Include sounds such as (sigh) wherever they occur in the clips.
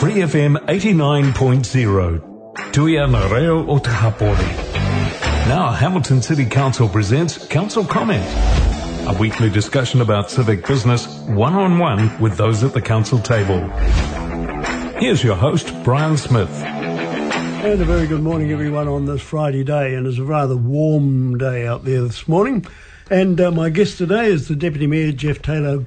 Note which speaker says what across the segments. Speaker 1: Free FM 89.0. Tuia Mareo o Te Hapori. Now, Hamilton City Council presents Council Comment, a weekly discussion about civic business one on one with those at the council table. Here's your host, Brian Smith.
Speaker 2: And a very good morning, everyone, on this Friday day. And it's a rather warm day out there this morning. And uh, my guest today is the Deputy Mayor, Jeff Taylor.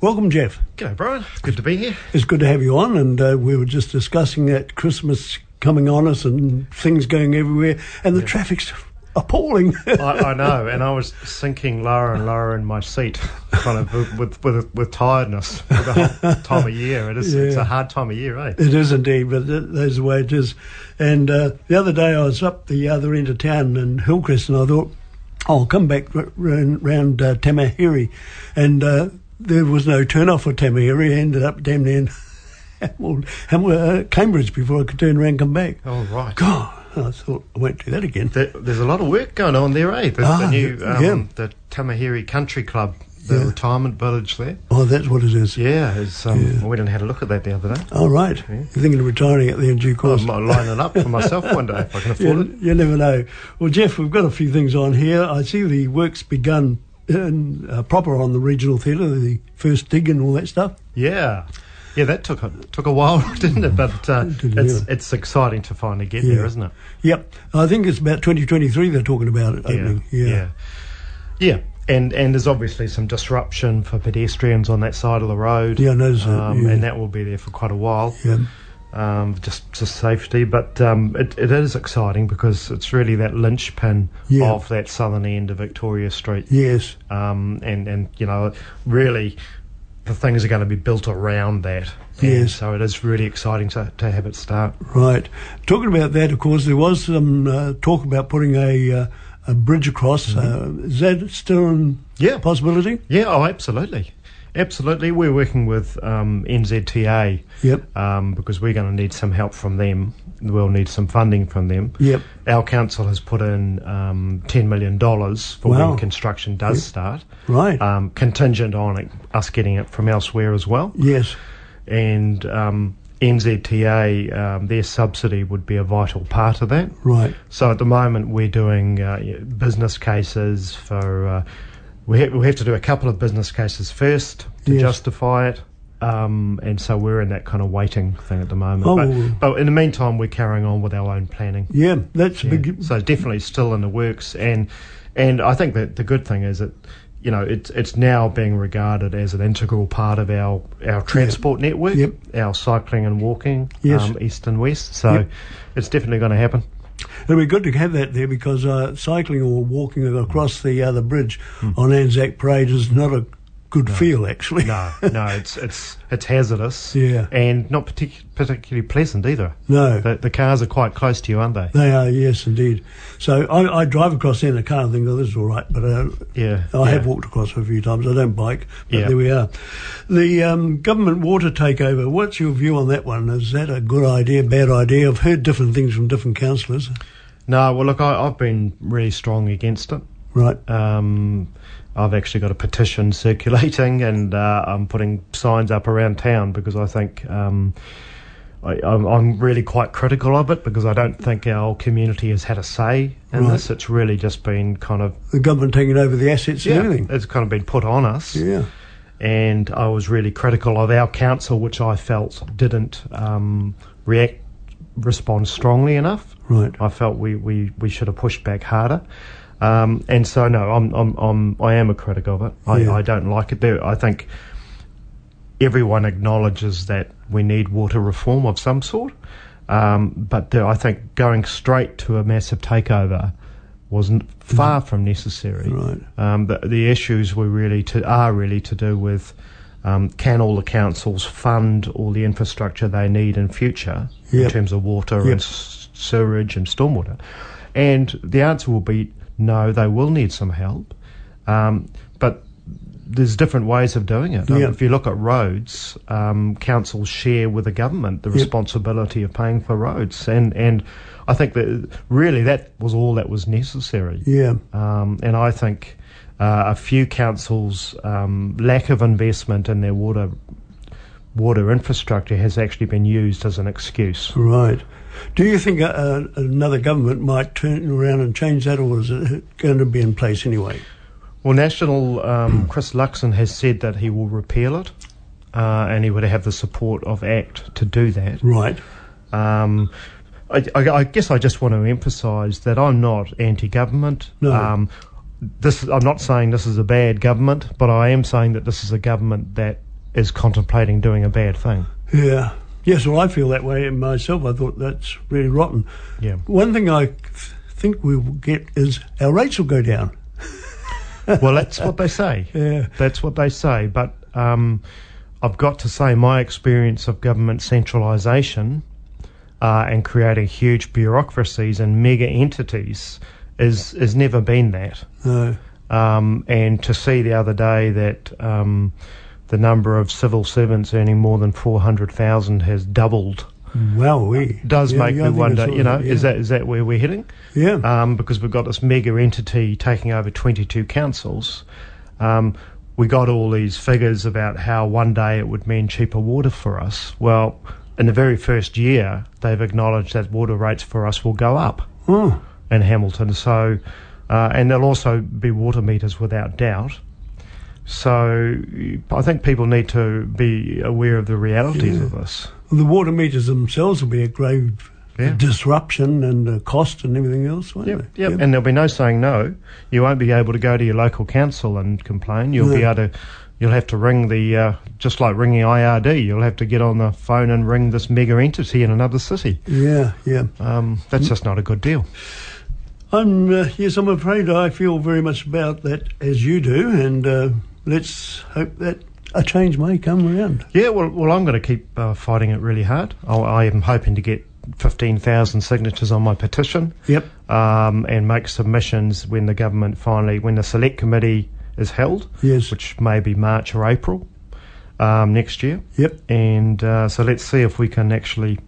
Speaker 2: Welcome, Jeff.
Speaker 3: G'day, Brian. Good to be here.
Speaker 2: It's good to have you on. And uh, we were just discussing that Christmas coming on us and things going everywhere, and the traffic's appalling.
Speaker 3: I, I know, and I was sinking lower and lower in my seat, kind of with with, with, with tiredness for the whole time of year. It is, It's
Speaker 2: Yeah.
Speaker 3: a hard time of year, eh?
Speaker 2: It is indeed, but that, that's the way it is. And uh, the other day I was up the other end of town in Hillcrest, and I thought, I'll come back r- round, round uh, Tamahiri. And uh, there was no turn off for Tamahiri. I ended up damn near in (laughs) Hamil- Hamil- uh, Cambridge before I could turn around and come back.
Speaker 3: Oh, right.
Speaker 2: God, I thought, I won't do that again.
Speaker 3: There, there's a lot of work going on there, eh? The,
Speaker 2: Ah,
Speaker 3: the new um,
Speaker 2: yeah.
Speaker 3: the Tamahiri Country Club, the
Speaker 2: Yeah.
Speaker 3: retirement village there.
Speaker 2: Oh, that's what it is.
Speaker 3: Yeah, it's, um, I went and had a look at that the other day.
Speaker 2: All right. You're thinking of retiring at the end of due course.
Speaker 3: I might line it up for myself one day if I can afford it.
Speaker 2: you, you never know. Well, Jeff, we've got a few things on here. I see the work's begun in, uh, proper on the regional theatre, the first dig and all that stuff.
Speaker 3: Yeah. Yeah, that took a, took a while, (laughs) didn't it? But uh,
Speaker 2: did,
Speaker 3: it's
Speaker 2: yeah.
Speaker 3: it's exciting to finally get
Speaker 2: Yeah.
Speaker 3: there, isn't it?
Speaker 2: Yep, I think it's about 2023 they're talking about it opening. Yeah,
Speaker 3: yeah, yeah. And and there's obviously some disruption for pedestrians on that side of the road.
Speaker 2: Yeah, I noticed that,
Speaker 3: um,
Speaker 2: yeah.
Speaker 3: And that will be there for quite a while.
Speaker 2: Yeah.
Speaker 3: Um, just just safety, but um, it, it is exciting because it's really that linchpin
Speaker 2: Yeah.
Speaker 3: of that southern end of Victoria Street.
Speaker 2: Yes,
Speaker 3: Um, and and you know, really, the things are going to be built around that. And
Speaker 2: Yes.
Speaker 3: So it is really exciting to to have it start.
Speaker 2: right. Talking about that, of course, there was some uh, talk about putting a uh, a bridge across. Uh, is that still in
Speaker 3: Mm-hmm. Yeah.
Speaker 2: possibility?
Speaker 3: Yeah. Oh, absolutely. Absolutely, we're working with um, NZTA
Speaker 2: Yep.
Speaker 3: um, because we're going to need some help from them. We'll need some funding from them.
Speaker 2: Yep.
Speaker 3: Our council has put in um, $10 million for
Speaker 2: Wow.
Speaker 3: when construction does start,
Speaker 2: Right.
Speaker 3: um, contingent on it, us getting it from elsewhere as well.
Speaker 2: yes.
Speaker 3: And um, NZTA, um, their subsidy would be a vital part of that.
Speaker 2: Right.
Speaker 3: So at the moment, we're doing uh, yeah, business cases for. Uh, we, ha- we have to do a couple of business cases first to
Speaker 2: Yes.
Speaker 3: justify it. Um, and so we're in that kind of waiting thing at the moment.
Speaker 2: Oh.
Speaker 3: But, but in the meantime, we're carrying on with our own planning.
Speaker 2: Yeah, that's a
Speaker 3: Yeah.
Speaker 2: big.
Speaker 3: So definitely still in the works, and and I think that the good thing is that you know it's it's now being regarded as an integral part of our our transport network,
Speaker 2: Yep.
Speaker 3: our cycling and walking,
Speaker 2: Yes.
Speaker 3: um, east and west. So
Speaker 2: Yep.
Speaker 3: it's definitely going to happen.
Speaker 2: It'd be good to have that there because uh, cycling or walking across the other bridge
Speaker 3: Hmm.
Speaker 2: on Anzac Parade is not a good feel, actually. (laughs)
Speaker 3: No, no, it's it's it's hazardous,
Speaker 2: Yeah.
Speaker 3: and not partic- particularly pleasant either.
Speaker 2: No.
Speaker 3: the, the cars are quite close to you, aren't they?
Speaker 2: They are, yes, indeed. So I, I drive across there in a car and think, oh, this is all right. But uh,
Speaker 3: Yeah,
Speaker 2: I have
Speaker 3: yeah.
Speaker 2: walked across a few times. I don't bike, but
Speaker 3: Yeah.
Speaker 2: there we are. The um, government water takeover, what's your view on that one? Is that a good idea, bad idea? I've heard different things from different councillors.
Speaker 3: No, well, look, I, I've been really strong against it.
Speaker 2: Right.
Speaker 3: Um, I've actually got a petition (laughs) circulating, and uh, I'm putting signs up around town because I think um, I, I'm, I'm really quite critical of it because I don't think our community has had a say in
Speaker 2: Right.
Speaker 3: this. It's really just been kind of
Speaker 2: The government taking over the assets and everything.
Speaker 3: it's kind of been put on us.
Speaker 2: Yeah.
Speaker 3: And I was really critical of our council, which I felt didn't um, react, respond strongly enough.
Speaker 2: Right.
Speaker 3: I felt we, we, we should have pushed back harder. Um, and so no, I'm, I'm, I'm I am a critic of it. I,
Speaker 2: Yeah.
Speaker 3: I don't like it. There, I think everyone acknowledges that we need water reform of some sort. Um, but there, I think going straight to a massive takeover was n- far from necessary.
Speaker 2: Mm-hmm. Right.
Speaker 3: Um, the, the issues were really to, are really to do with um, can all the councils fund all the infrastructure they need in future in
Speaker 2: Yep.
Speaker 3: terms of water and
Speaker 2: Yep.
Speaker 3: s- sewerage and stormwater? And the answer will be no, they will need some help. Um, but there's different ways of doing it. I mean,
Speaker 2: Yep.
Speaker 3: if you look at roads, um, councils share with the government the responsibility of paying for roads, and and I think that really that was all that was necessary.
Speaker 2: Yeah.
Speaker 3: Um, and I think uh, a few councils' um, lack of investment in their water water infrastructure has actually been used as an excuse.
Speaker 2: Right. Do you think uh, another government might turn around and change that, or is it going to be in place anyway?
Speaker 3: Well, National um, Chris Luxon has said that he will repeal it, uh, and he would have the support of ACT to do that.
Speaker 2: Right.
Speaker 3: Um, I, I- I guess I just want to emphasise that I'm not anti-government.
Speaker 2: No.
Speaker 3: Um, this I'm not saying this is a bad government, but I am saying that this is a government that is contemplating doing a
Speaker 2: (laughs)
Speaker 3: bad thing.
Speaker 2: Yeah. Yes, well, I feel that way myself. I thought that's really rotten.
Speaker 3: Yeah.
Speaker 2: One thing I th- think we will get is our rates will go down.
Speaker 3: Well, that's what they say.
Speaker 2: Yeah.
Speaker 3: That's what they say. But um, I've got to say, my experience of government centralisation uh, and creating huge bureaucracies and mega entities is is never been that.
Speaker 2: No.
Speaker 3: Um, and to see the other day that um, the number of civil servants earning more than 400,000 has doubled
Speaker 2: Wow, we
Speaker 3: does make me wonder, you know, is that is that where we're heading?
Speaker 2: yeah,
Speaker 3: Um, because we've got this mega entity taking over 22 councils. Um, we got all these figures about how one day it would mean cheaper water for us. Well, in the very first year, they've acknowledged that water rates for us will go up
Speaker 2: Oh,
Speaker 3: in Hamilton. So, uh, and there'll also be water meters without doubt. So, I think people need to be aware of the realities of this.
Speaker 2: the water meters themselves will be a grave
Speaker 3: Yeah.
Speaker 2: disruption and uh, cost and everything else, won't
Speaker 3: Yep,
Speaker 2: they?
Speaker 3: yep. And there'll be no saying no. You won't be able to go to your local council and complain. You'll be
Speaker 2: No.
Speaker 3: able to. You'll have to ring the uh, just like ringing IRD. You'll have to get on the phone and ring this mega entity in another city.
Speaker 2: yeah, yeah.
Speaker 3: Um, that's just not a good deal.
Speaker 2: I'm uh, yes, I'm afraid I feel very much about that as you do, and uh, let's hope that a change may come around.
Speaker 3: Yeah, well, well, I'm going to keep uh, fighting it really hard. I, I am hoping to get 15,000 signatures on my petition
Speaker 2: Yep.
Speaker 3: um, and make submissions when the government finally, when the select committee is held,
Speaker 2: Yes.
Speaker 3: which may be March or April um, next year.
Speaker 2: Yep.
Speaker 3: And uh, so let's see if we can actually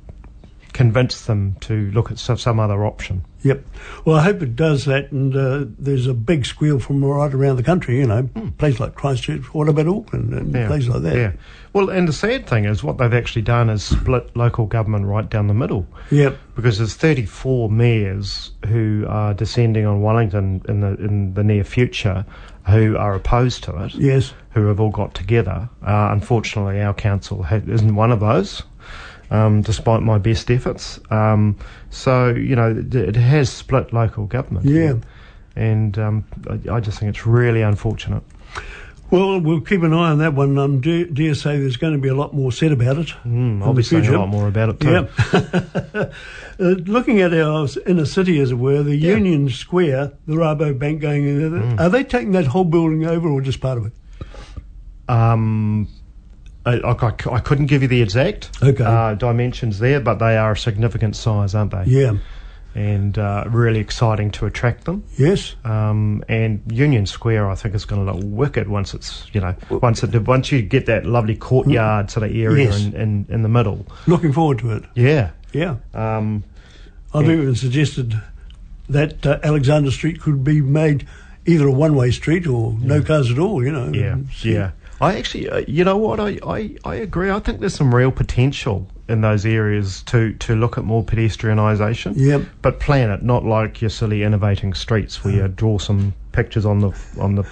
Speaker 3: convince them to look at so- some other option.
Speaker 2: Yep. Well, I hope it does that, and uh, there's a big squeal from right around the country. You know, places like Christchurch. What about Auckland and places like that?
Speaker 3: Hmm. Yeah. Well, and the sad thing is what they've actually done is split local government right down the middle.
Speaker 2: Yep.
Speaker 3: because there's 34 mayors who are descending on Wellington in the in the near future, who are opposed to it,
Speaker 2: Yes.
Speaker 3: who have all got together. Uh, unfortunately, our council ha- isn't one of those, um, despite my best efforts. Um, so you know, it, it has split local government.
Speaker 2: Yeah.
Speaker 3: and um, I, I just think it's really unfortunate.
Speaker 2: Well, we'll keep an eye on that one. I um, dare, dare say there's going to be a lot more said about it.
Speaker 3: Mm, I'll
Speaker 2: in
Speaker 3: be
Speaker 2: the
Speaker 3: saying a
Speaker 2: future.
Speaker 3: lot more about it too.
Speaker 2: Yeah. (laughs) uh, looking at our s- inner city, as it were, the
Speaker 3: Yeah. Mm.
Speaker 2: Union Square, the Rabobank going in there, are they taking that whole building over or just part of it?
Speaker 3: Um, I, I, I c- I couldn't give you the exact
Speaker 2: Okay.
Speaker 3: uh, dimensions there, but they are a significant size, aren't they?
Speaker 2: Yeah.
Speaker 3: And uh, really exciting to attract them.
Speaker 2: Yes.
Speaker 3: Um, and Union Square, I think, is going to look wicked once it's you know once it once you get that lovely courtyard sort of area
Speaker 2: Yes.
Speaker 3: in, in, in the middle.
Speaker 2: Looking forward to it.
Speaker 3: Yeah.
Speaker 2: Yeah.
Speaker 3: Um,
Speaker 2: I've even suggested that uh, Alexander Street could be made either a one-way street or no cars at all. You know.
Speaker 3: Yeah,
Speaker 2: Mm-hmm.
Speaker 3: yeah. I actually, uh, you know what, I, I, I agree. I think there's some real potential in those areas to, to look at more pedestrianisation.
Speaker 2: Yep.
Speaker 3: But plan it, not like your silly innovating streets where you
Speaker 2: Uh-huh.
Speaker 3: draw some pictures on the on the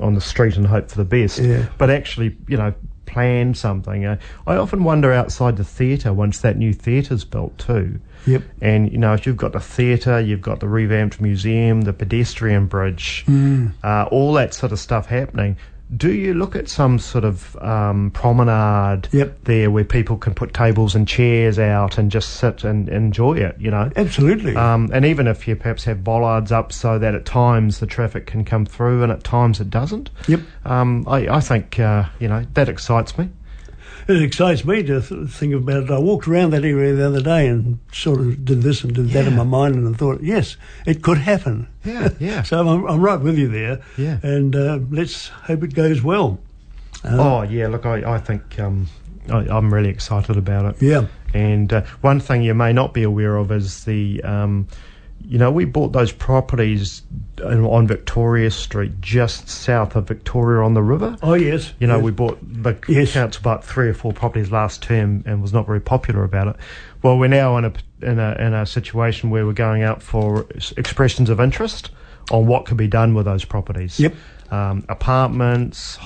Speaker 3: on the street and hope for the best.
Speaker 2: Yeah.
Speaker 3: But actually, you know, plan something. Uh, I often wonder outside the theatre once that new theatre's built too.
Speaker 2: Yep.
Speaker 3: And you know, if you've got the theatre, you've got
Speaker 2: Mm.
Speaker 3: the revamped museum, the pedestrian bridge, uh, all that sort of stuff happening. do you look at some sort of um, promenade
Speaker 2: Yep.
Speaker 3: there where people can put tables and chairs out and just sit and enjoy it, you know?
Speaker 2: Absolutely.
Speaker 3: Um, and even if you perhaps have bollards up so that at times the traffic can come through and at times it doesn't.
Speaker 2: Yep.
Speaker 3: Um, I, I think, uh, you know, that excites me.
Speaker 2: it excites me to th- think about it. I walked around that area the other day and sort of did this and did that in my mind and I thought, yes, it could happen. (laughs)
Speaker 3: Yeah, yeah.
Speaker 2: So I'm, I'm right with you there.
Speaker 3: Yeah.
Speaker 2: And uh, let's hope it goes well.
Speaker 3: oh, yeah, look, I, I think um, I, I'm really excited about it.
Speaker 2: Yeah.
Speaker 3: And uh, one thing you may not be aware of is the, um, you know, we bought those properties on on Victoria Street, just south of Victoria on the river.
Speaker 2: Oh, yes.
Speaker 3: You know,
Speaker 2: yes.
Speaker 3: we bought the
Speaker 2: Yes.
Speaker 3: council bought three or four properties last term and was not very popular about it. Well, we're now in a in a in a situation where we're going out for s- expressions of interest on what could be done with those properties.
Speaker 2: Yep.
Speaker 3: Um, apartments,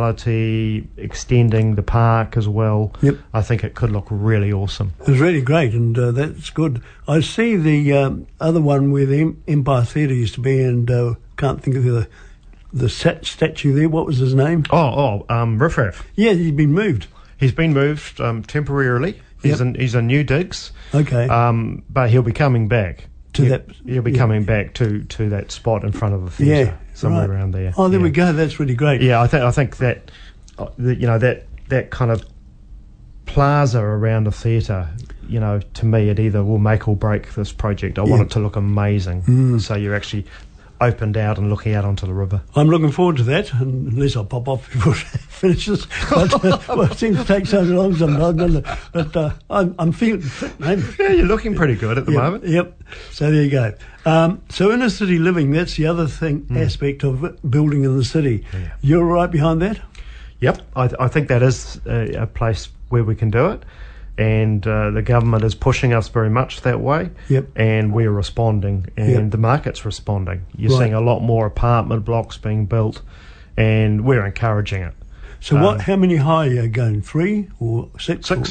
Speaker 3: hospitality, extending the park as well.
Speaker 2: Yep.
Speaker 3: I think it could look really awesome.
Speaker 2: It was really great, and uh, that's good. I see the um, other one where the Em- Empire Theatre used to be, and uh, can't think of the the sat- statue there. What was his name?
Speaker 3: Oh, oh, um, Riff Raff.
Speaker 2: Yeah, he'd been moved.
Speaker 3: He's been moved um, temporarily. He's
Speaker 2: Yep. Uh-huh.
Speaker 3: in he's in New Digs.
Speaker 2: Okay.
Speaker 3: Um, but he'll be coming back
Speaker 2: To
Speaker 3: He-
Speaker 2: that-
Speaker 3: He'll be
Speaker 2: yeah.
Speaker 3: coming back to to that spot in front of the
Speaker 2: yeah,
Speaker 3: theatre, somewhere
Speaker 2: right.
Speaker 3: around there.
Speaker 2: Oh, there
Speaker 3: yeah.
Speaker 2: we go. That's really great.
Speaker 3: Yeah, I think I think that, uh, that you know that that kind of plaza around a theatre. You know, to me, it either will make or break this project. I want
Speaker 2: Yeah. Mm.
Speaker 3: it to look amazing. So you're actually opened out and looking out onto the river.
Speaker 2: I'm looking forward to that, and unless I pop off before (laughs) it finishes. But
Speaker 3: (laughs)
Speaker 2: uh, well, it seems to take so long sometimes, doesn't it? But uh, I'm, I'm feeling fit, mate.
Speaker 3: Yeah, you're looking pretty good at the
Speaker 2: Yep,
Speaker 3: moment.
Speaker 2: Yep. So there you go. Um, so inner city living, that's the other thing
Speaker 3: Hmm.
Speaker 2: aspect of building in the city. You're right behind that?
Speaker 3: Yep, I, th- I think that is a, a place where we can do it, and uh, the government is pushing us very much that way.
Speaker 2: Yep.
Speaker 3: and we're responding, and
Speaker 2: Yep.
Speaker 3: the market's responding. You're
Speaker 2: Right.
Speaker 3: seeing a lot more apartment blocks being built, and we're encouraging it.
Speaker 2: So what how many high are you going? Three or six?
Speaker 3: Uh,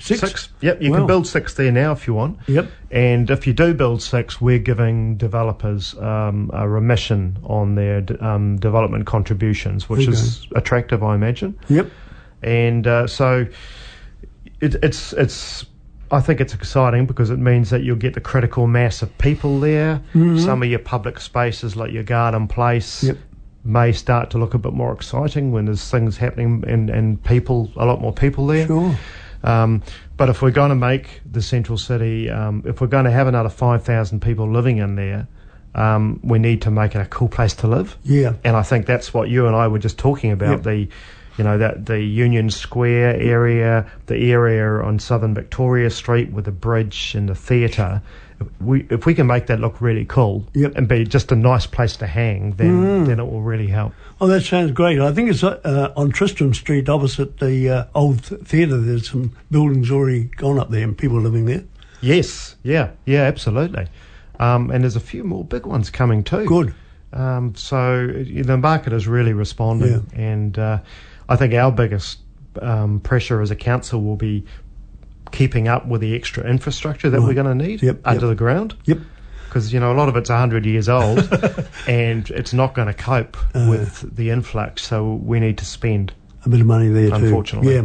Speaker 3: Six.
Speaker 2: Or six?
Speaker 3: Yep, you
Speaker 2: Wow.
Speaker 3: can build six there now if you want.
Speaker 2: Yep.
Speaker 3: And if you do build six, we're giving developers um, a remission on their d- um, development contributions, which is attractive, I imagine.
Speaker 2: Yep.
Speaker 3: and uh, so it, it's it's I think it's exciting because it means that you'll get the critical mass of people there. Some of your public spaces, like your garden place,
Speaker 2: Mm-hmm. Yep.
Speaker 3: may start to look a bit more exciting when there's things happening and, and people a lot more people there.
Speaker 2: Sure.
Speaker 3: Um, but if we're going to make the central city, um, if we're going to have another five thousand people living in there, um, we need to make it a cool place to live
Speaker 2: Yeah.
Speaker 3: and I think that's what you and I were just talking
Speaker 2: Yep.
Speaker 3: about the you know that the Union Square area, the area on Southern Victoria Street with the bridge and the theatre. If we if we can make that look really cool
Speaker 2: Yep. Mm.
Speaker 3: and be just a nice place to hang, then then it will really help.
Speaker 2: Oh, that sounds great. I think it's uh, on Tristram Street opposite the uh, old th- theatre. There's some buildings already gone up there and people living there.
Speaker 3: Yes, yeah, yeah, absolutely. Um, and there's a few more big ones coming too.
Speaker 2: Good.
Speaker 3: Um, so uh, the market is really responding, and uh, I think our biggest um, pressure as a council will be keeping up with the extra infrastructure that we're going to need
Speaker 2: Yep,
Speaker 3: under
Speaker 2: yep.
Speaker 3: the ground.
Speaker 2: Yep.
Speaker 3: Because you know a lot of it's hundred years old,
Speaker 2: (laughs)
Speaker 3: and it's not going to cope
Speaker 2: Uh.
Speaker 3: with the influx. So we need to spend.
Speaker 2: a bit of money there too.
Speaker 3: Unfortunately.
Speaker 2: yeah.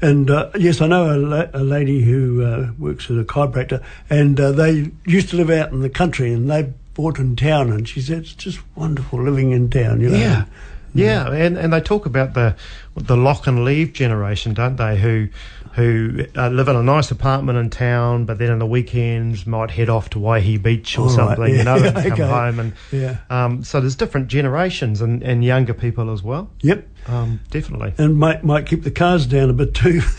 Speaker 2: And uh, yes, I know a, la- a lady who uh, works at a chiropractor, and uh, they used to live out in the country, and they bought in town, and she said it's just wonderful living in town. You know?
Speaker 3: Yeah. Yeah, and, and they talk about the the lock and leave generation, don't they? Who who uh, live in a nice apartment in town, but then on the weekends might head off to Waihee Beach or
Speaker 2: All right,
Speaker 3: something,
Speaker 2: yeah, (laughs)
Speaker 3: you know, and come
Speaker 2: okay.
Speaker 3: home. And
Speaker 2: Yeah.
Speaker 3: um, so there's different generations and, and younger people as well.
Speaker 2: Yep.
Speaker 3: Um, definitely.
Speaker 2: And might might keep the cars down a bit too. (laughs)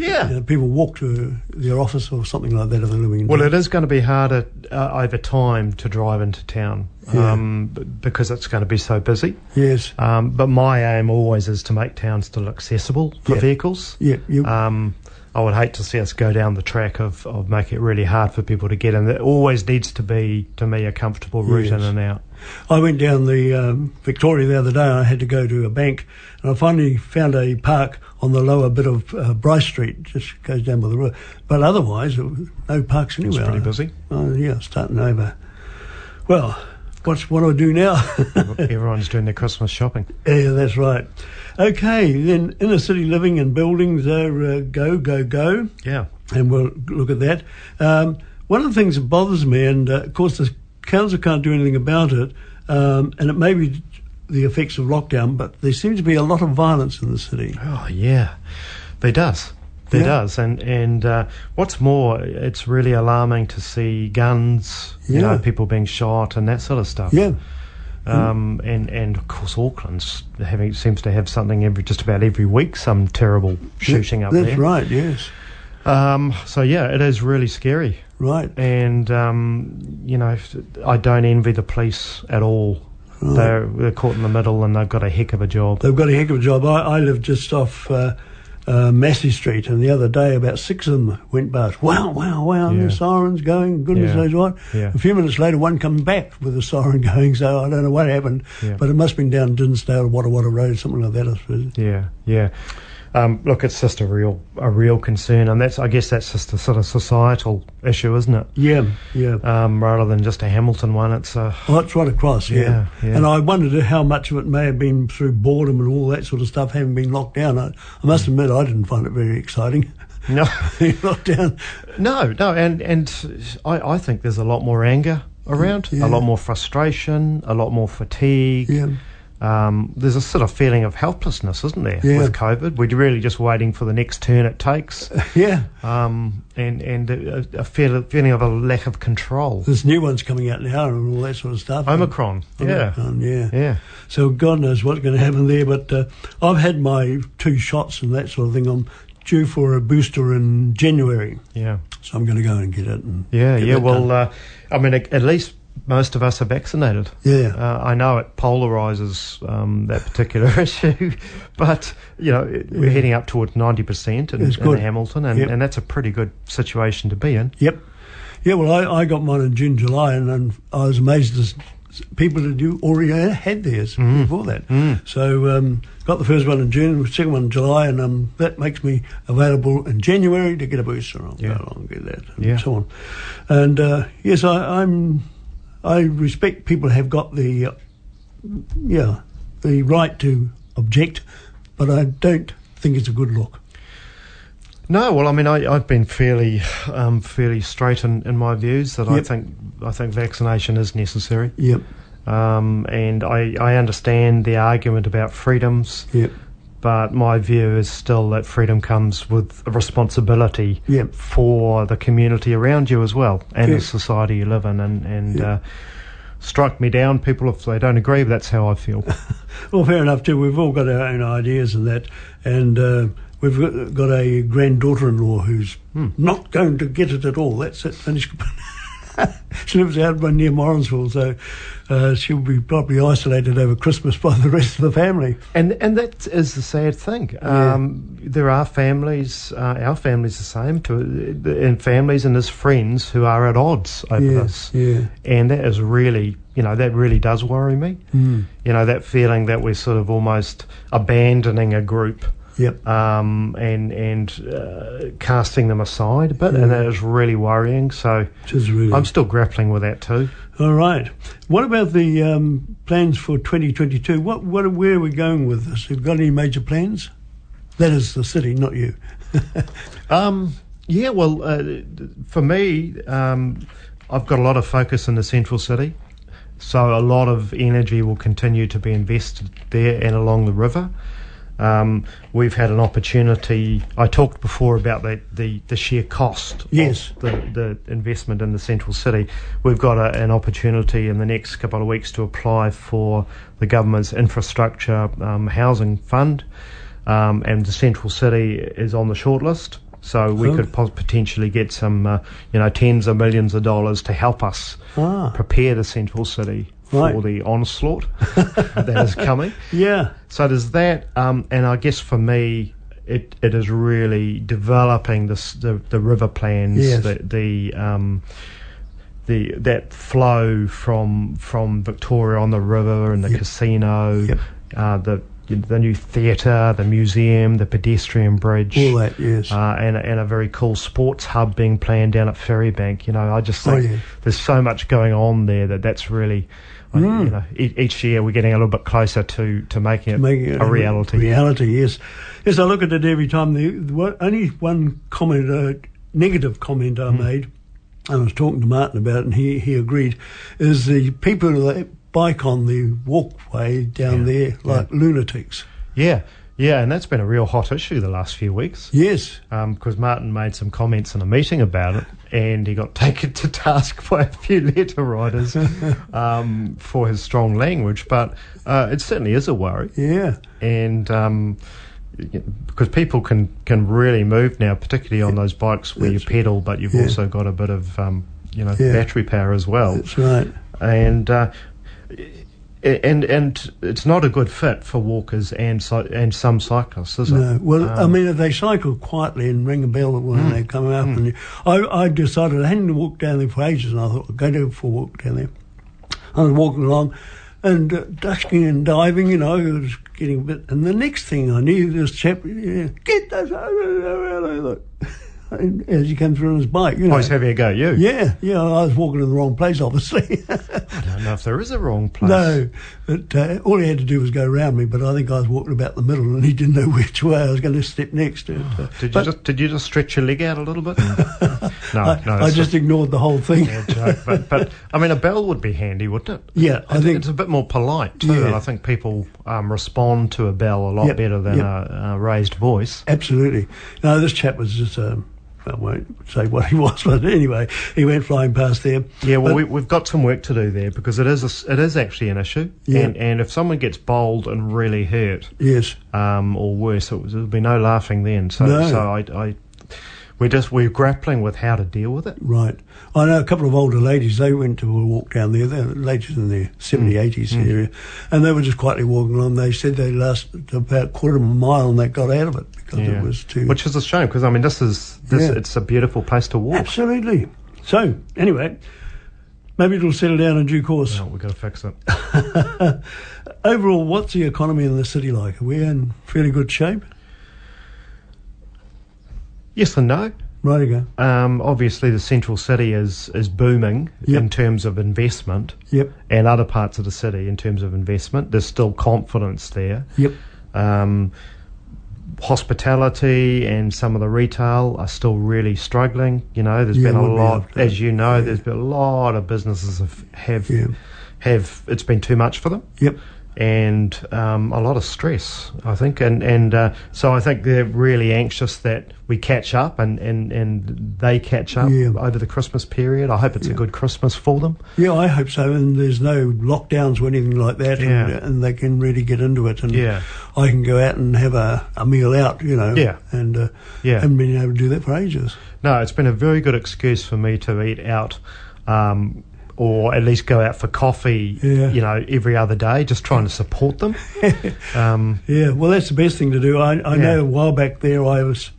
Speaker 3: Yeah.
Speaker 2: You know, people walk to their office or something like that if they're living in
Speaker 3: Well,
Speaker 2: town.
Speaker 3: it is going to be harder uh, over time to drive into town
Speaker 2: Yeah.
Speaker 3: um, b- because it's going to be so busy.
Speaker 2: Yes.
Speaker 3: Um, but my aim always is to make town still accessible for
Speaker 2: Yeah.
Speaker 3: vehicles.
Speaker 2: Yeah, you-
Speaker 3: Um, I would hate to see us go down the track of, of making it really hard for people to get in. There always needs to be, to me, a comfortable route in
Speaker 2: Yes. (laughs)
Speaker 3: and out.
Speaker 2: I went down the um, Victoria the other day. and I had to go to a bank, and I finally found a park on the lower bit of uh, Bryce Street, just goes down by the road. But otherwise, there was no parks anywhere.
Speaker 3: pretty busy.
Speaker 2: Oh yeah, starting over. Well, what's what do I do now? (laughs)
Speaker 3: Everyone's doing their Christmas shopping.
Speaker 2: yeah, that's right. Okay, then inner city living and buildings are uh, go, go, go.
Speaker 3: Yeah.
Speaker 2: and we'll look at that. Um, one of the things that bothers me, and uh, of course the council can't do anything about it, um, and it may be the effects of lockdown, but there seems to be a lot of violence in the city.
Speaker 3: Oh yeah, there does. There
Speaker 2: Yeah.
Speaker 3: does, and and uh, what's more, it's really alarming to see guns, you
Speaker 2: Yeah.
Speaker 3: know, people being shot and that sort of stuff.
Speaker 2: Yeah, Mm.
Speaker 3: Um, and and of course, Auckland's having seems to have something every just about every week, some terrible shooting up
Speaker 2: that's
Speaker 3: there.
Speaker 2: right. Yes,
Speaker 3: Um, so yeah, it is really scary,
Speaker 2: right.
Speaker 3: and um, you know, I don't envy the police at all. They're, they're caught in the middle, and they've got a heck of a job.
Speaker 2: They've got a heck of a job. I, I live just off uh, uh, Massey Street, and the other day about six of them went past. Wow, wow, wow!
Speaker 3: Yeah.
Speaker 2: The sirens going. Goodness
Speaker 3: Yeah.
Speaker 2: knows what.
Speaker 3: Yeah.
Speaker 2: A few minutes later, one comes back with the siren (laughs) going. So I don't know what happened,
Speaker 3: Yeah.
Speaker 2: but it must have been down Dinsdale, Wata Wata Road, something like that. I suppose.
Speaker 3: Yeah, yeah. Um, look, it's just a real, a real concern, and that's, I guess, that's just a sort of societal issue, isn't it?
Speaker 2: Yeah, yeah.
Speaker 3: Um, rather than just a Hamilton one, it's a
Speaker 2: Well, that's right across, yeah.
Speaker 3: Yeah, yeah.
Speaker 2: And I wondered how much of it may have been through boredom and all that sort of stuff, having been locked down. I, I must admit, I didn't find it very exciting.
Speaker 3: no,
Speaker 2: (laughs) being locked down.
Speaker 3: no, no. And and I, I think there's a lot more anger around,
Speaker 2: Yeah.
Speaker 3: a lot more frustration, a lot more fatigue.
Speaker 2: Yeah.
Speaker 3: Um, there's a sort of feeling of helplessness, isn't there,
Speaker 2: Yeah.
Speaker 3: with COVID? We're really just waiting for the next turn it (laughs) takes,
Speaker 2: Yeah.
Speaker 3: um, and and a, a feel- feeling of a lack of control.
Speaker 2: There's new ones coming out now and all that sort of stuff.
Speaker 3: Omicron, yeah,
Speaker 2: Omicron, yeah.
Speaker 3: yeah.
Speaker 2: So God knows what's going to happen there. But uh, I've had my two shots and that sort of thing. I'm due for a booster in January.
Speaker 3: Yeah.
Speaker 2: So I'm going to go and get it. And
Speaker 3: Yeah,
Speaker 2: get
Speaker 3: yeah.
Speaker 2: that
Speaker 3: Well,
Speaker 2: done.
Speaker 3: uh, I mean, at at least most of us are vaccinated.
Speaker 2: Yeah.
Speaker 3: Uh, I know it polarises um, that particular (laughs) issue, but you know it- we're heading up towards ninety percent in,
Speaker 2: It's
Speaker 3: in
Speaker 2: good.
Speaker 3: Hamilton, and,
Speaker 2: Yep.
Speaker 3: and that's a pretty good situation to be in.
Speaker 2: Yep. Yeah, well, I, I got mine in June, July, and, and I was amazed as people that do already had theirs
Speaker 3: Mm.
Speaker 2: before that. So um, got the first one in June, the second one in July, and um, that makes me available in January to get a booster. I'll
Speaker 3: Yeah.
Speaker 2: go along and get that, and
Speaker 3: Yeah.
Speaker 2: so on. And uh, yes, I, I'm. I respect people have got the, uh, yeah, the right to object, but I don't think it's a good look.
Speaker 3: No, well, I mean, I, I've been fairly, um, fairly straight in, in my views that I
Speaker 2: Yep.
Speaker 3: think I think vaccination is necessary,
Speaker 2: Yep.
Speaker 3: um, and I, I understand the argument about freedoms.
Speaker 2: Yep.
Speaker 3: but my view is still that freedom comes with a responsibility
Speaker 2: Yep.
Speaker 3: for the community around you as well and
Speaker 2: Yeah.
Speaker 3: the society you live in. And, and
Speaker 2: Yeah.
Speaker 3: uh, strike me down, people, if they don't agree, that's how I feel.
Speaker 2: Well, fair enough, too. We've all got our own ideas and that. And uh, we've got- got a granddaughter in law who's not going to get it at all. That's it, finished. (laughs) she lives out by near Morrinsville, so uh, she'll be probably isolated over Christmas by the rest of the family.
Speaker 3: and and that is the sad thing. Um, There are families, uh, our family's the same, to, and families and there's friends who are at odds over
Speaker 2: Yeah,
Speaker 3: this.
Speaker 2: yeah.
Speaker 3: And that is really, you know, that really does worry me.
Speaker 2: Hmm.
Speaker 3: Mm. You know, that feeling that we're sort of almost abandoning a group.
Speaker 2: Yep.
Speaker 3: um, and and uh, casting them aside a bit, and that is really worrying. So
Speaker 2: Which is really.
Speaker 3: I'm still grappling with that too.
Speaker 2: all right. What about the um, plans for 2022? What, what, where are we going with this? Have you got any major plans? That is the city, not you. (laughs)
Speaker 3: Um, yeah, well, uh, for me, um, I've got a lot of focus in the central city, so a lot of energy will continue to be invested there and along the river. Um, we've had an opportunity. I talked before about the, the, the sheer cost
Speaker 2: Yes.
Speaker 3: of the, the investment in the central city. We've got a, an opportunity in the next couple of weeks to apply for the government's infrastructure um, housing fund, um, and the central city is on the shortlist. So we
Speaker 2: Oh.
Speaker 3: could pos- potentially get some, uh, you know, tens of millions of dollars to help us
Speaker 2: Ah.
Speaker 3: prepare the central city for
Speaker 2: Right.
Speaker 3: the onslaught (laughs) that is coming.
Speaker 2: Yeah.
Speaker 3: So there's that, um, and I guess for me, it, it is really developing this, the the river plans,
Speaker 2: Yes.
Speaker 3: the the um, the that flow from from Victoria on the river and the casino,
Speaker 2: Yep.
Speaker 3: uh, the the new theatre, the museum, the pedestrian bridge,
Speaker 2: All that, yes.
Speaker 3: uh, and and a very cool sports hub being planned down at Ferrybank. You know, I just
Speaker 2: Oh,
Speaker 3: think
Speaker 2: yeah.
Speaker 3: there's so much going on there that that's really. I-
Speaker 2: Hmm.
Speaker 3: You know, e- each year we're getting a little bit closer to, to making it,
Speaker 2: Making it
Speaker 3: a reality.
Speaker 2: Reality, yes. Yes, I look at it every time. The, the one- only one comment, uh, negative comment
Speaker 3: Mm.
Speaker 2: I made, I was talking to Martin about it and he, he agreed, is the people that bike on the walkway down there like lunatics.
Speaker 3: Yeah, yeah, and that's been a real hot issue the last few weeks.
Speaker 2: Yes.
Speaker 3: because Martin made some comments in a meeting about it, and he got (laughs) taken to task by a few
Speaker 2: (laughs)
Speaker 3: letter writers um, for his strong language. But uh, it certainly is a worry,
Speaker 2: Yeah.
Speaker 3: and um, y- because people can can really move now, particularly on those bikes where you
Speaker 2: That's-
Speaker 3: pedal, but you've
Speaker 2: yeah.
Speaker 3: also got a bit of um, you know
Speaker 2: Yeah.
Speaker 3: battery power as well
Speaker 2: That's right.
Speaker 3: and uh, and and it's not a good fit for walkers and cy- and some cyclists, is it?
Speaker 2: No. Uh, Well, I
Speaker 3: Um, Hmm.
Speaker 2: mean, if they cycle quietly and ring a bell when they come up, and you, I, I decided I hadn't walked down there for ages, and I thought I'll go down for a walk down there. I was walking along, and uh, dusking and diving, you know, it was getting a bit. And the next thing I knew, this chap, yeah, get those look, (laughs) and as he came through on his bike, you know.
Speaker 3: oh, he's having a go at you.
Speaker 2: yeah, yeah, I was walking in the wrong place, obviously. (laughs)
Speaker 3: I don't know if there is a wrong place.
Speaker 2: No, but uh, all he had to do was go round me. But I think I was walking about the middle, and he didn't know (laughs) which way I was going to step next. And, uh,
Speaker 3: Did you
Speaker 2: but
Speaker 3: just did you just stretch your leg out a
Speaker 2: (laughs)
Speaker 3: little bit? no,
Speaker 2: I,
Speaker 3: (laughs) no.
Speaker 2: I
Speaker 3: it's
Speaker 2: just
Speaker 3: a
Speaker 2: ignored the whole thing.
Speaker 3: bad joke. But, but I mean, a bell would be handy, wouldn't it?
Speaker 2: (laughs) Yeah, I
Speaker 3: It-
Speaker 2: think-
Speaker 3: it's a bit more polite too,
Speaker 2: Yeah.
Speaker 3: and I think people um, respond to a bell a lot
Speaker 2: Yep,
Speaker 3: better than
Speaker 2: yep.
Speaker 3: a, a raised voice.
Speaker 2: Absolutely. No, this chap was just. Um, I won't say what he (laughs) was, but anyway, he went flying past there.
Speaker 3: Yeah, well,
Speaker 2: But-
Speaker 3: we, we've got some work to do there because it is a s it is actually an issue,
Speaker 2: Yeah.
Speaker 3: and and if someone gets bowled and really hurt,
Speaker 2: yes,
Speaker 3: um, or worse, it was, there'll be no laughing then. So,
Speaker 2: No.
Speaker 3: so I, I, we're just we're grappling with how to deal with it.
Speaker 2: right. I know a couple of older ladies. They went to a walk down there. They're ladies in their 70s,
Speaker 3: Mm.
Speaker 2: 80s area, and they were just quietly walking along. They said they lasted about a quarter of a mile, and they got out of it because
Speaker 3: Yeah.
Speaker 2: it was too.
Speaker 3: Which is a shame because I mean, this is this
Speaker 2: Yeah.
Speaker 3: it's a beautiful place to walk.
Speaker 2: Absolutely. So, anyway, maybe it'll settle down in due course.
Speaker 3: No, Oh, we've got to fix it. (laughs)
Speaker 2: Overall, what's the economy in the city like? Are we in fairly good shape?
Speaker 3: yes and no.
Speaker 2: Right again.
Speaker 3: Um, obviously, the central city is is booming
Speaker 2: Yep.
Speaker 3: in terms of investment,
Speaker 2: Yep.
Speaker 3: and other parts of the city in terms of investment. There's still confidence there.
Speaker 2: Yep.
Speaker 3: Um, hospitality and some of the retail are still really struggling. You know, there's
Speaker 2: Yeah,
Speaker 3: been a
Speaker 2: would be
Speaker 3: lot,
Speaker 2: after-
Speaker 3: as you know, there's been a lot of businesses have have,
Speaker 2: Yeah.
Speaker 3: have it's been too much for them.
Speaker 2: Yep.
Speaker 3: And um, a lot of stress, I think, and and uh, so I think they're really anxious that we catch up and, and, and they catch up
Speaker 2: Yeah.
Speaker 3: over the Christmas period. I hope it's a good Christmas for them.
Speaker 2: Yeah, I hope so. And there's no lockdowns or anything like that, and,
Speaker 3: Yeah.
Speaker 2: and they can really get into it. And
Speaker 3: Yeah.
Speaker 2: I can go out and have a, a meal out, you know.
Speaker 3: Yeah.
Speaker 2: And uh,
Speaker 3: Yeah.
Speaker 2: haven't been able to do that for ages.
Speaker 3: No, it's been a very good excuse for me to eat out, um, or at least go out for coffee.
Speaker 2: Yeah.
Speaker 3: You know, every other day, just trying to
Speaker 2: (laughs)
Speaker 3: support them. um,
Speaker 2: Yeah, well, that's the best thing to do. I, I know
Speaker 3: Yeah.
Speaker 2: a while back there, I was,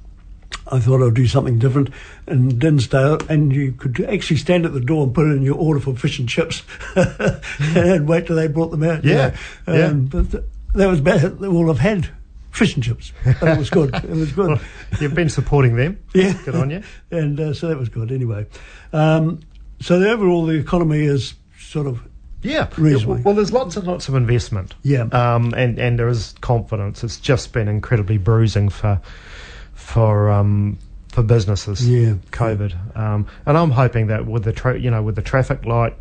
Speaker 2: I thought I'd do something different, and didn't stay. out, And you could actually stand at the door and put in your order for fish and chips, (laughs) and wait till they brought them out. you
Speaker 3: Yeah,
Speaker 2: know.
Speaker 3: yeah.
Speaker 2: Um, But th- that was bad. All I've had fish and chips, but it was good. It was
Speaker 3: (laughs)
Speaker 2: good.
Speaker 3: you've been supporting them.
Speaker 2: Yeah.
Speaker 3: Good on you.
Speaker 2: and uh, so that was good anyway. Um, so the overall the economy is sort of
Speaker 3: Yeah.
Speaker 2: Reasonably.
Speaker 3: Well, there's lots and lots of investment.
Speaker 2: Yeah.
Speaker 3: Um, and and there is confidence. It's just been incredibly bruising for for um for businesses.
Speaker 2: Yeah.
Speaker 3: COVID. Um, and I'm hoping that with the tra- you know with the traffic light.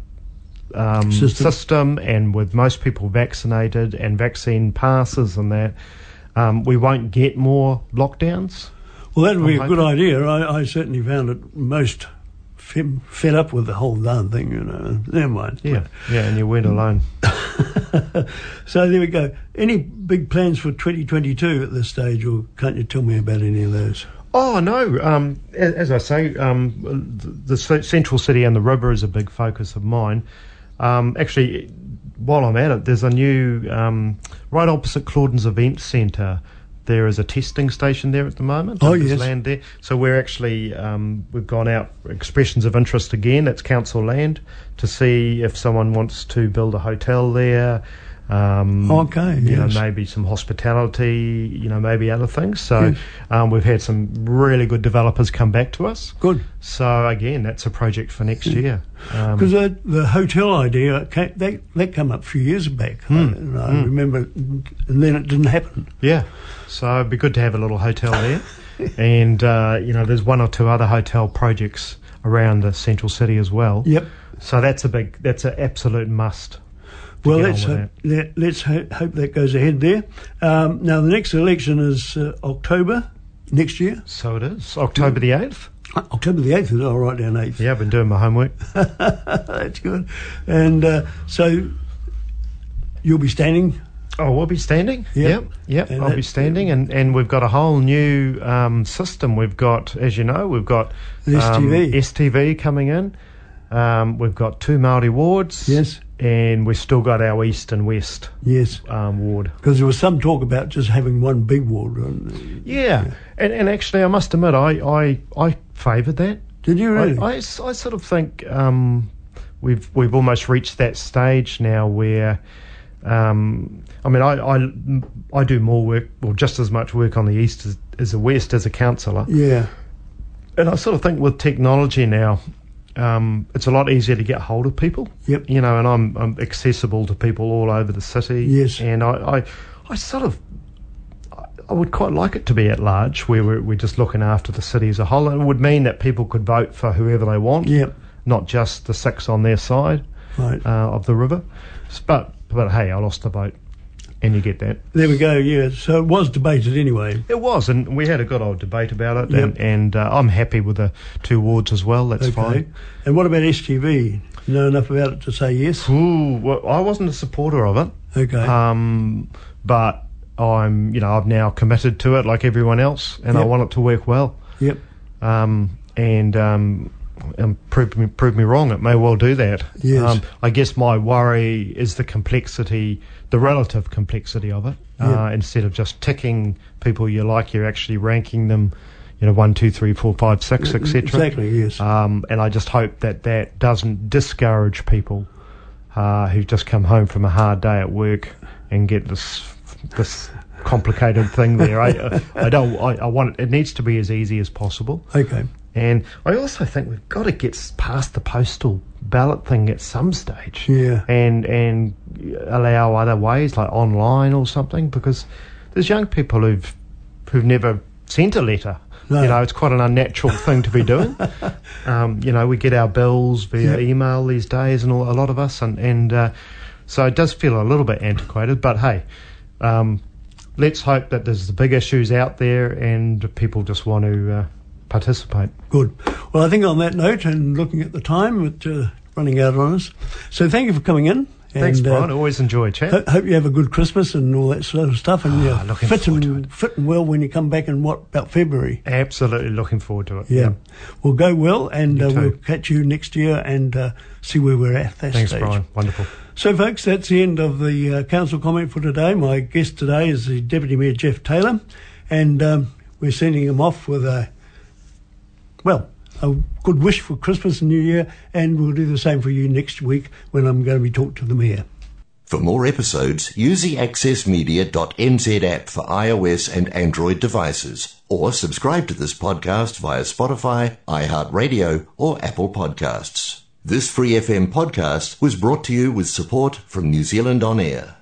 Speaker 3: Um,
Speaker 2: System.
Speaker 3: system. and with most people vaccinated and vaccine passes and that, um, we won't get more lockdowns.
Speaker 2: Well, that'd be
Speaker 3: I'm
Speaker 2: a good
Speaker 3: hoping.
Speaker 2: idea. I, I certainly found it most fed, fed up with the whole darn thing, you know. Never mind.
Speaker 3: Yeah, yeah, and you weren't alone.
Speaker 2: So there we go. Any big plans for 2022 at this stage, or can't you tell me about any of those?
Speaker 3: Oh no! Um, a- as I say, um, the, the c- central city and the river is a big focus of mine. Um, actually, while I'm at it, there's a new um, right opposite Clauden's Event Centre. There is a testing station there at the moment.
Speaker 2: Oh,
Speaker 3: and there's
Speaker 2: yes.
Speaker 3: land there. So we're actually um, we've gone out for expressions of interest again. That's council land to see if someone wants to build a hotel there. Um,
Speaker 2: Okay,
Speaker 3: you
Speaker 2: yes.
Speaker 3: know maybe some hospitality, you know maybe other things. So
Speaker 2: Yes.
Speaker 3: um, we've had some really good developers come back to us.
Speaker 2: Good.
Speaker 3: So again, that's a project for next year. Um,
Speaker 2: Because the, the hotel idea, ca- that, that came up a few years back. I,
Speaker 3: Mm.
Speaker 2: and I remember, and then it didn't happen.
Speaker 3: Yeah, so it'd be good to have a little
Speaker 2: (laughs)
Speaker 3: hotel there, and uh, you know, there's one or two other hotel projects around the central city as well.
Speaker 2: Yep.
Speaker 3: So that's a big, that's an absolute must. to
Speaker 2: Well,
Speaker 3: get
Speaker 2: let's
Speaker 3: on with
Speaker 2: hope, let, let's ho- hope that goes ahead there. Um, now, the next election is uh, October next year.
Speaker 3: that. So it is October the eighth.
Speaker 2: Uh, October the 8th is all right down 8th.
Speaker 3: Yeah, I've been doing my homework.
Speaker 2: That's good. And uh, so you'll be standing.
Speaker 3: Oh, we'll be standing.
Speaker 2: Yep.
Speaker 3: Yep, yep.
Speaker 2: And
Speaker 3: I'll
Speaker 2: that-
Speaker 3: be standing, and, and we've got a whole new um, system. We've got, as you know, we've got um,
Speaker 2: The STV.
Speaker 3: STV coming in. Um, we've got two Maori wards.
Speaker 2: Yes.
Speaker 3: and we've still got our east and west
Speaker 2: Yes.
Speaker 3: um, ward.
Speaker 2: Because there was some talk about just having one big ward. uh, wasn't there?
Speaker 3: Yeah, And, and actually, I must admit, I I, I favoured that.
Speaker 2: Did you really?
Speaker 3: I, I s- I sort of think um, we've we've almost reached that stage now where. Um, I mean, I, I, I do more work, well, just as much work on the east as, as the west as a counsellor.
Speaker 2: yeah.
Speaker 3: And I sort of think with technology now, um, it's a lot easier to get hold of people.
Speaker 2: Yep.
Speaker 3: You know, and I'm, I'm accessible to people all over the city.
Speaker 2: Yes.
Speaker 3: And I, I, I sort of, I- I would quite like it to be at large, where we're, we're just looking after the city as a whole. And it would mean that people could vote for whoever they want.
Speaker 2: Yep.
Speaker 3: Not just the six on their side
Speaker 2: Right.
Speaker 3: uh, of the river. S- But, but hey, I lost the vote. And you get that.
Speaker 2: There we go. Yeah. So it was debated anyway.
Speaker 3: It was, and we had a good old debate about it,
Speaker 2: Yep.
Speaker 3: and, and uh, I'm happy with the two wards as well. That's fine.
Speaker 2: And what about STV? You know enough about it to say yes.
Speaker 3: Ooh, well, I wasn't a supporter of it,
Speaker 2: Okay.
Speaker 3: um, but I'm, you know, I've now committed to it like everyone else, and I
Speaker 2: Yep.
Speaker 3: want it to work well.
Speaker 2: yep.
Speaker 3: Um, and um, and prove me prove me wrong. It may well do that.
Speaker 2: Yes.
Speaker 3: Um, I guess my worry is the complexity, the relative complexity of it. Uh,
Speaker 2: Yep.
Speaker 3: instead of just ticking people you like, you're actually ranking them. You know, one, two, three, four, five, six, etc.
Speaker 2: Exactly. Yes.
Speaker 3: Um, and I just hope that that doesn't discourage people uh, who've just come home from a hard day at work and get this this complicated thing there. I, I don't. I, I want it, it needs to be as easy as possible.
Speaker 2: okay.
Speaker 3: And I also think we've got to get s- past the postal ballot thing at some stage.
Speaker 2: Yeah.
Speaker 3: And and allow other ways like online or something because there's young people who've who've never sent a letter.
Speaker 2: No.
Speaker 3: You know, it's quite an unnatural thing to
Speaker 2: (laughs)
Speaker 3: be doing. um, you know, we get our bills via
Speaker 2: Yeah.
Speaker 3: email these days, and all, a lot of us, and and uh, so it does feel a little bit antiquated. But hey. Um, Let's hope that there's the big issues out there and people just want to uh, participate.
Speaker 2: Good. Well, I think on that note, and looking at the time, it's uh, running out on us. So thank you for coming in.
Speaker 3: Thanks,
Speaker 2: and, uh,
Speaker 3: Brian. I Always enjoy a chat.
Speaker 2: Ho- hope you have a good Christmas and all that sort of stuff, and
Speaker 3: Ah,
Speaker 2: you're
Speaker 3: looking
Speaker 2: fit
Speaker 3: forward to
Speaker 2: and, fit and well when you come back in what about February?
Speaker 3: Absolutely looking forward to it.
Speaker 2: Yeah, well, go well, and uh,
Speaker 3: too.
Speaker 2: we'll catch you next year and uh, see where we're at. That
Speaker 3: Thanks,
Speaker 2: stage.
Speaker 3: Brian. Wonderful.
Speaker 2: So, folks, that's the end of the uh, council comment for today. My guest today is the Deputy Mayor Jeff Taylor, and um, we're sending him off with a well, a good wish for Christmas and New Year, and we'll do the same for you next week when I'm going to be talking to the mayor.
Speaker 4: For more episodes, use the accessmedia.nz app for iOS and Android devices, or subscribe to this podcast via Spotify, iHeartRadio, or Apple Podcasts. This Free FM podcast was brought to you with support from New Zealand On Air.